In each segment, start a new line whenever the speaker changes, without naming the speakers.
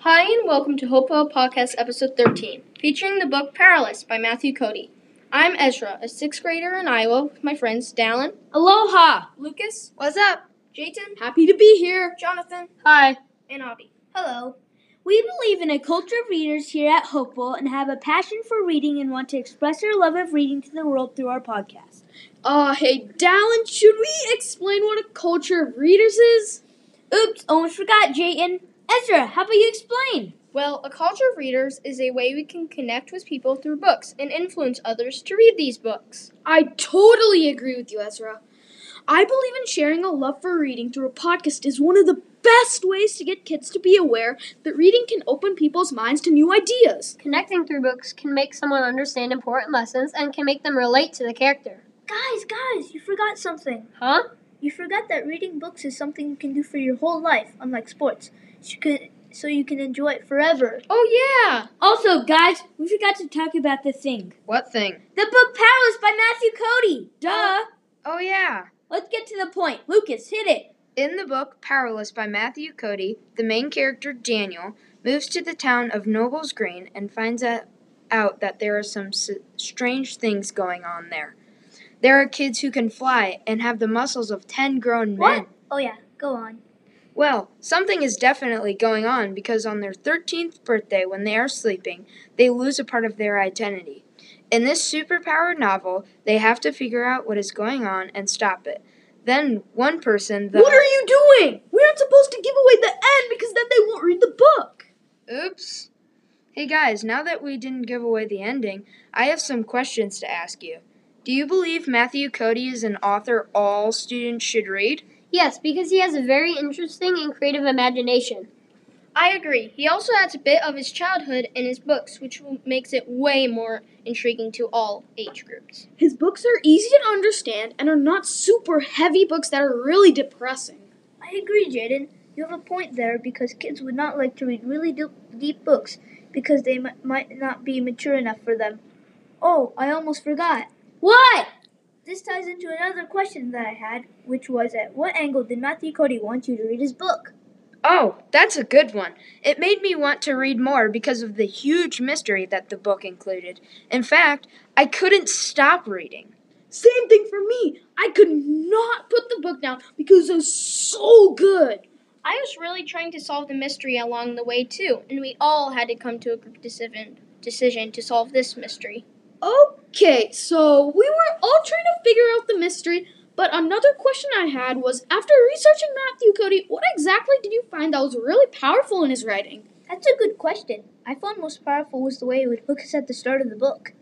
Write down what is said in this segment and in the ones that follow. Hi, and welcome to Hopewell Podcast Episode 13, featuring the book Powerless by Matthew Cody. I'm Ezra, a sixth grader in Iowa with my friends Dallin,
Aloha! Lucas?
What's up? Jayton,
Happy to be here!
Jonathan,
Hi!
and Avi.
Hello. We believe in a culture of readers here at Hopeful and have a passion for reading and want to express our love of reading to the world through our podcast.
Uh, hey, Dallin, should we explain what a culture of readers is?
Oops, almost forgot, Jayton. Ezra, how about you explain?
Well, a culture of readers is a way we can connect with people through books and influence others to read these books.
I totally agree with you, Ezra. I believe in sharing a love for reading through a podcast is one of the best ways to get kids to be aware that reading can open people's minds to new ideas.
Connecting through books can make someone understand important lessons and can make them relate to the character.
Guys, guys, you forgot something.
Huh?
You forgot that reading books is something you can do for your whole life, unlike sports. So you can, so you can enjoy it forever.
Oh, yeah!
Also, guys, we forgot to talk about the thing.
What thing?
The book Powerless by Matthew Cody. Duh.
Oh, yeah!
Let's get to the point. Lucas, hit it.
In the book Powerless by Matthew Cody, the main character Daniel moves to the town of Nobles Green and finds a- out that there are some s- strange things going on there. There are kids who can fly and have the muscles of 10 grown men.
Oh yeah, go on.
Well, something is definitely going on because on their 13th birthday, when they are sleeping, they lose a part of their identity. In this superpowered novel, they have to figure out what is going on and stop it. Then one person, the
What are you doing? We aren't supposed to give away the end because then they won't read the book.
Oops. Hey guys, now that we didn't give away the ending, I have some questions to ask you. Do you believe Matthew Cody is an author all students should read?
Yes, because he has a very interesting and creative imagination.
I agree. He also adds a bit of his childhood in his books, which makes it way more intriguing to all age groups.
His books are easy to understand and are not super heavy books that are really depressing.
I agree, Jaden. You have a point there because kids would not like to read really deep, deep books because they m- might not be mature enough for them. Oh, I almost forgot.
What?
This ties into another question that I had, which was at what angle did Matthew Cody want you to read his book?
Oh, that's a good one. It made me want to read more because of the huge mystery that the book included. In fact, I couldn't stop reading.
Same thing for me. I could not put the book down because it was so good.
I was really trying to solve the mystery along the way, too, and we all had to come to a group decision, decision to solve this mystery.
Okay, so we were all trying to figure out the mystery, but another question I had was after researching Matthew Cody, what exactly did you find that was really powerful in his writing?
That's a good question. I found most powerful was the way it would hook us at the start of the book.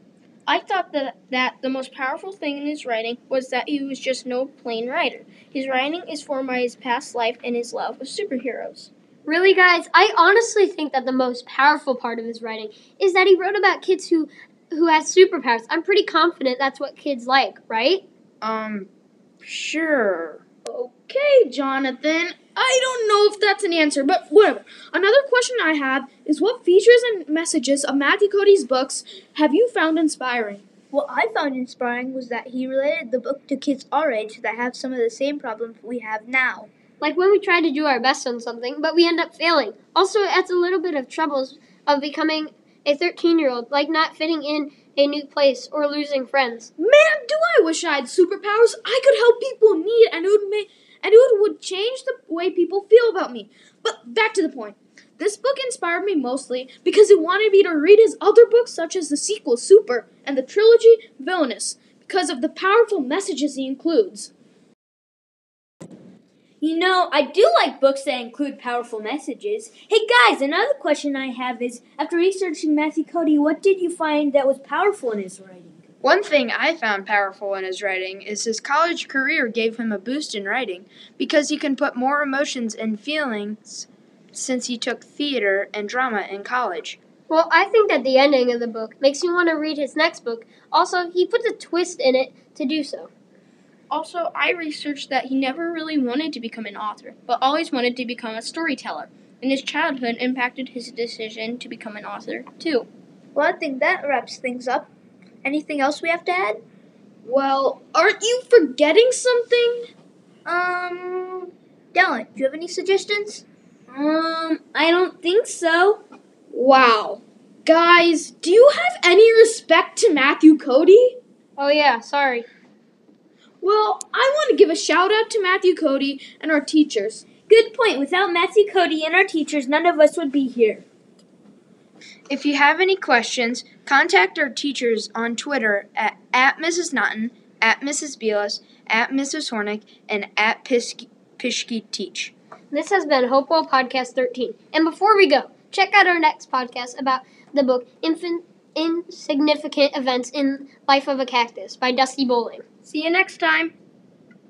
I thought that, that the most powerful thing in his writing was that he was just no plain writer. His writing is formed by his past life and his love of superheroes.
Really, guys, I honestly think that the most powerful part of his writing is that he wrote about kids who who has superpowers. I'm pretty confident that's what kids like, right?
Um, sure.
Okay, Jonathan, I don't know if that's an answer, but whatever. Another question I have is what features and messages of Matthew Cody's books have you found inspiring?
What I found inspiring was that he related the book to kids our age that have some of the same problems we have now.
Like when we try to do our best on something, but we end up failing. Also, it adds a little bit of troubles of becoming a 13 year old, like not fitting in a new place or losing friends.
Man, do I wish I had superpowers. I could help people in need and it would make and it would change the way people feel about me. But back to the point. This book inspired me mostly because it wanted me to read his other books such as the sequel Super and the trilogy Villainous because of the powerful messages he includes.
You know, I do like books that include powerful messages. Hey guys, another question I have is after researching Matthew Cody, what did you find that was powerful in his writing?
One thing I found powerful in his writing is his college career gave him a boost in writing because he can put more emotions and feelings since he took theater and drama in college.
Well, I think that the ending of the book makes you want to read his next book. Also, he puts a twist in it to do so.
Also, I researched that he never really wanted to become an author, but always wanted to become a storyteller. And his childhood impacted his decision to become an author, too.
Well, I think that wraps things up. Anything else we have to add?
Well, aren't you forgetting something?
Um, Dylan, do you have any suggestions?
Um,
I don't think so.
Wow. Guys, do you have any respect to Matthew Cody?
Oh, yeah, sorry.
Well, I want to give a shout out to Matthew Cody and our teachers.
Good point. Without Matthew Cody and our teachers, none of us would be here.
If you have any questions, contact our teachers on Twitter at, at Mrs. Naughton, at Mrs. Bielis, at Mrs. Hornick, and at Pisk- Pishki Teach.
This has been Hopewell Podcast 13. And before we go, check out our next podcast about the book Infin- Insignificant Events in Life of a Cactus by Dusty Bowling.
See you next time.